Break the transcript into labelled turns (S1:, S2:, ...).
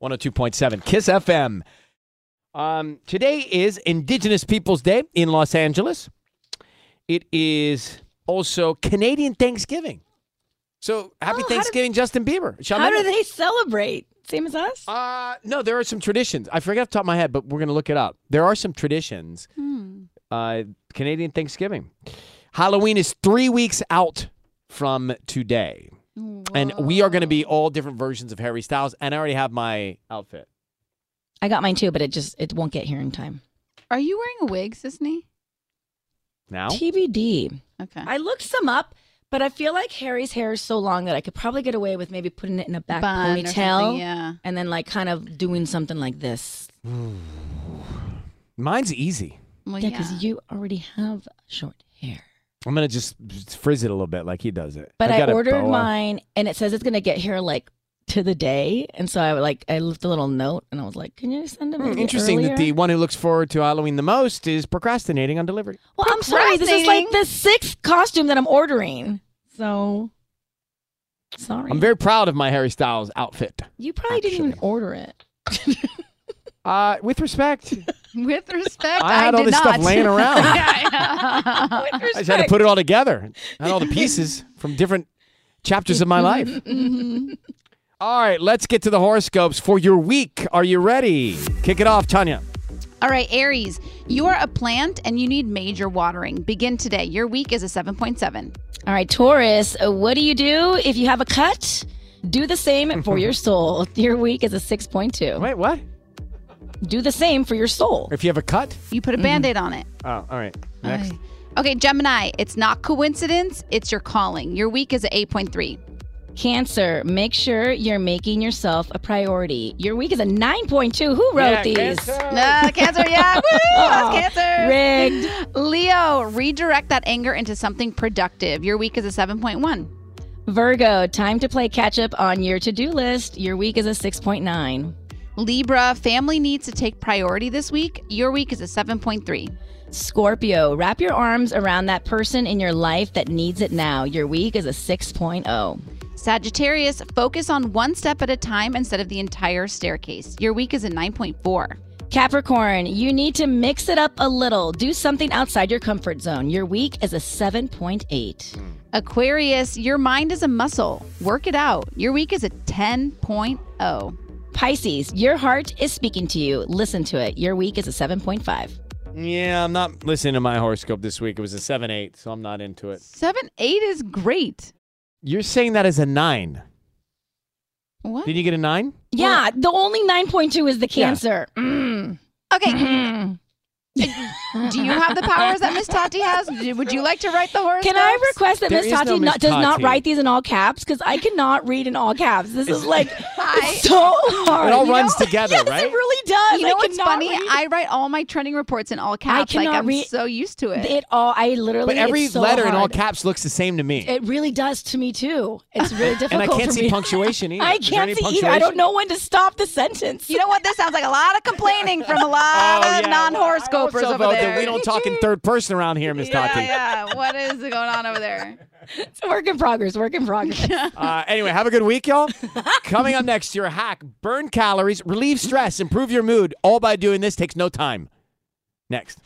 S1: 102.7 Kiss FM. Um, today is Indigenous Peoples Day in Los Angeles. It is also Canadian Thanksgiving. So happy
S2: Oh, how do-
S1: Thanksgiving, Justin Bieber. Shawn
S2: How do
S1: Mendes.
S2: they celebrate? Same as us?
S1: Uh, no, there are some traditions. I forgot off the top of my head, but we're going to look it up. There are some traditions.
S2: Hmm.
S1: Uh, Canadian Thanksgiving. Halloween is three weeks out from today. And we are going to be all different versions of Harry Styles. And I already have my outfit.
S2: I got mine too, but it just it won't get here in time.
S3: Are you wearing a wig, Sisney?
S1: Now?
S2: TBD.
S3: Okay.
S2: I looked some up, but I feel like Harry's hair is so long that I could probably get away with maybe putting it in a back
S3: Bun or something,
S2: ponytail,
S3: Yeah.
S2: and then like kind of doing something like this.
S1: Mine's easy.
S3: Well,
S2: yeah, because you already have short hair.
S1: I'm gonna just frizz it a little bit like he does it.
S2: But I,
S1: got a
S2: ordered
S1: boa.
S2: mine, and it says it's gonna get here like to the day, and so I like I left a little note, and I was like, "Can you send it?"
S1: Hmm,
S2: maybe
S1: Interesting that the
S2: earlier?"
S1: one who looks forward to Halloween the most is procrastinating on delivery.
S2: Well, I'm sorry. This is like the sixth costume that I'm ordering. So sorry.
S1: I'm very proud of my Harry Styles outfit.
S2: you probably didn't even order it.
S1: Uh, with respect,
S3: With respect,
S1: I
S3: I,
S1: had all
S3: did
S1: this
S3: not.
S1: stuff laying around.
S3: Yeah, yeah.
S1: I just had to put it all together. I had all the pieces from different chapters
S2: Mm-hmm.
S1: of my life. all right, let's get to the horoscopes for your week. Are you ready? Kick it off, Tanya.
S3: All right, Aries, you are a plant and you need major watering. Begin today. Your week is a 7.7.
S2: All right, Taurus, uh, what do you do if you have a cut? Do the same for your soul. Your week is a 6.2.
S1: Wait, what?
S2: Do the same for your soul.
S1: If you have a cut?
S3: You
S2: Mm.
S3: put a band aid on it.
S1: Oh, all right. Next.
S3: Okay, Gemini, it's not coincidence, it's your calling. Your week is a 8.3.
S2: Cancer, make sure you're making yourself a priority. Your week is a 9.2. Who wrote
S1: Yeah,
S2: these?
S1: cancer.
S3: Ah, cancer, yeah. Woo!
S2: Oh,
S3: that's cancer.
S2: Rigged.
S3: Leo, redirect that anger into something productive. Your week is a 7.1.
S2: Virgo, time to play catch up on your to do list. Your week is a 6.9.
S3: Libra, family needs to take priority this week. Your week is a 7.3.
S2: Scorpio, wrap your arms around that person in your life that needs it now. Your week is a oh. 6.0.
S3: Sagittarius, focus on one step at a time instead of the entire staircase. Your week is a 9.4.
S2: Capricorn, you need to mix it up a little. Do something outside your comfort zone. Your week is a 7.8.
S3: Aquarius, your mind is a muscle. Work it out. Your week is a oh. 10.0.
S2: Pisces, your heart is speaking to you. Listen to it. Your week is a 7.5.
S1: Yeah, I'm not listening to my horoscope this week. It was a 7 8, so I'm not into it.
S3: 7 8 is great.
S1: You're saying that as a 9.
S3: What?
S1: Did you get a 9?
S2: Yeah, the only 9.2 is the cancer. Mm.
S3: okay. Do you have the powers that Miss Tati has? Do- Would you like to write the horoscopes?
S2: Can I request that
S1: There
S2: Miss
S1: is no
S2: Tati
S1: Miss
S2: not, does not
S1: Tati.
S2: write these in all caps? Because I cannot read in all caps. This is like so hard.
S1: It all
S2: you
S1: runs
S2: know?
S1: together,
S2: yes,
S1: right?
S2: It really does.
S3: You know
S2: I
S3: what's
S2: cannot
S3: funny?
S2: read
S3: I write all my trending reports in all caps. like
S2: cannot
S3: I'm
S2: read-
S3: so used to it.
S2: it all. I literally.
S1: But every
S2: it's so
S1: letter in all
S2: hard.
S1: caps looks the same to me.
S2: It really does to me too. It's really difficult.
S1: and I can't
S2: for
S1: see
S2: me.
S1: punctuation either.
S2: I
S1: Is there
S2: can't
S1: any
S2: see either. I
S1: punctuation?
S2: don't know when to stop the sentence.
S3: you know what? This sounds like a lot of complaining from a lot
S1: Oh,
S3: of
S1: yeah. I also
S3: non-horoscopers over
S1: vote that
S3: there.
S1: We don't talk in third person around here, Miss Tati.
S3: yeah, yeah. What is going on over there?
S2: It's a work in progress. Work in progress.
S1: Uh, anyway, have a good week, y'all. Coming up next, your hack: burn calories, relieve stress, improve your mood, all by doing this. Takes no time. Next.